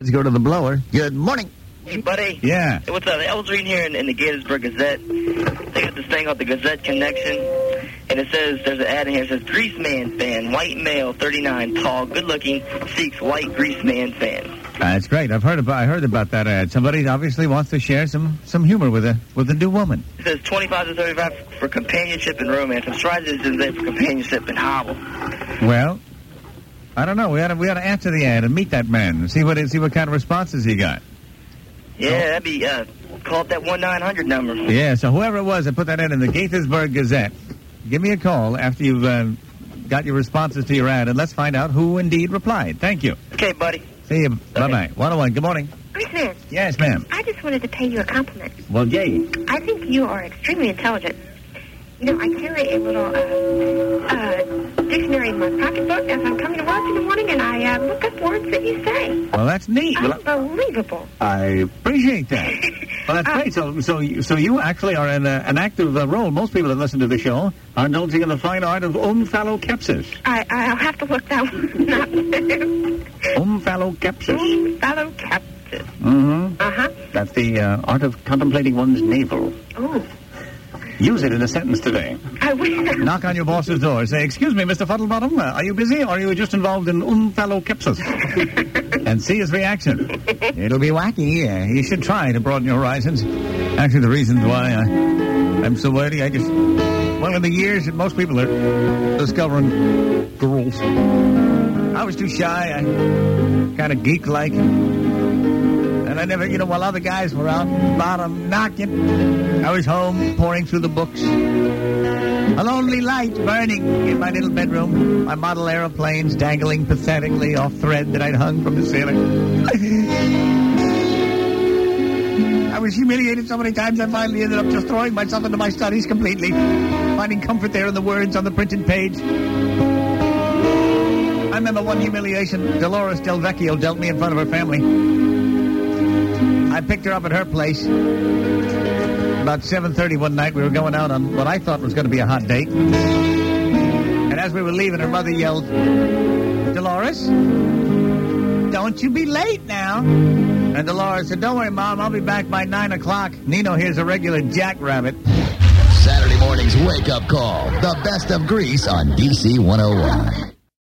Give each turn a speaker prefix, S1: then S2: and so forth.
S1: Let's go to the blower. Good morning.
S2: Hey, buddy.
S1: Yeah.
S2: Hey, what's up? I was reading here in, in the Gaithersburg Gazette. They got this thing called the Gazette Connection. And it says, there's an ad in here. It says, Grease Man fan, white male, 39, tall, good looking, seeks white Grease Man fan.
S3: That's great. I've heard about I heard about that ad. Somebody obviously wants to share some some humor with a with a new woman.
S2: It says 25 to 35 for companionship and romance. I'm surprised it didn't say for companionship and hobble.
S3: Well, I don't know. We ought to we ought to answer the ad and meet that man and see what see what kind of responses he got.
S2: Yeah, that'd be, uh, call up that 1 900 number.
S3: Yeah. So whoever it was that put that ad in the Gaithersburg Gazette, give me a call after you've uh, got your responses to your ad and let's find out who indeed replied. Thank you.
S2: Okay, buddy.
S3: See you. Bye bye. One one. Good morning.
S4: Christmas,
S3: Yes, ma'am.
S4: I just wanted to pay you a compliment.
S3: Well, yay.
S4: I think you are extremely intelligent. You know, I carry a little uh, uh, dictionary in my pocketbook as I'm coming to work in the morning, and I uh, look up words that you say.
S3: Well, that's neat. Well,
S4: Unbelievable.
S3: I appreciate that. Well, that's great. So, so, you- so you actually are in a, an active uh, role. Most people that listen to the show are indulging in the fine art of omphallocapsis.
S4: I, I'll have to look that one up.
S3: Omphallocapsis.
S4: Fellow captain.
S3: Mm-hmm.
S4: Uh-huh.
S3: That's the uh, art of contemplating one's navel.
S4: Oh,
S3: Use it in a sentence today.
S4: I wish.
S3: Knock on your boss's door. Say, excuse me, Mr. Fuddlebottom, uh, are you busy or are you just involved in umphallocapsis? and see his reaction. It'll be wacky, yeah. You should try to broaden your horizons. Actually, the reasons why I, I'm so wordy, I just... Well, in the years that most people are discovering girls, I was too shy. I kind of geek-like. And I never, you know, while other guys were out bottom knocking, I was home poring through the books. A lonely light burning in my little bedroom. My model aeroplanes dangling pathetically off thread that I'd hung from the ceiling. I was humiliated so many times I finally ended up just throwing myself into my studies completely, finding comfort there in the words on the printed page. I remember one humiliation Dolores Del Vecchio dealt me in front of her family. I picked her up at her place. About 7.30 one night, we were going out on what I thought was going to be a hot date. And as we were leaving, her mother yelled, Dolores, don't you be late now. And Dolores said, don't worry, Mom, I'll be back by 9 o'clock. Nino here's a regular jackrabbit.
S1: Saturday morning's wake up call. The best of Greece on DC 101.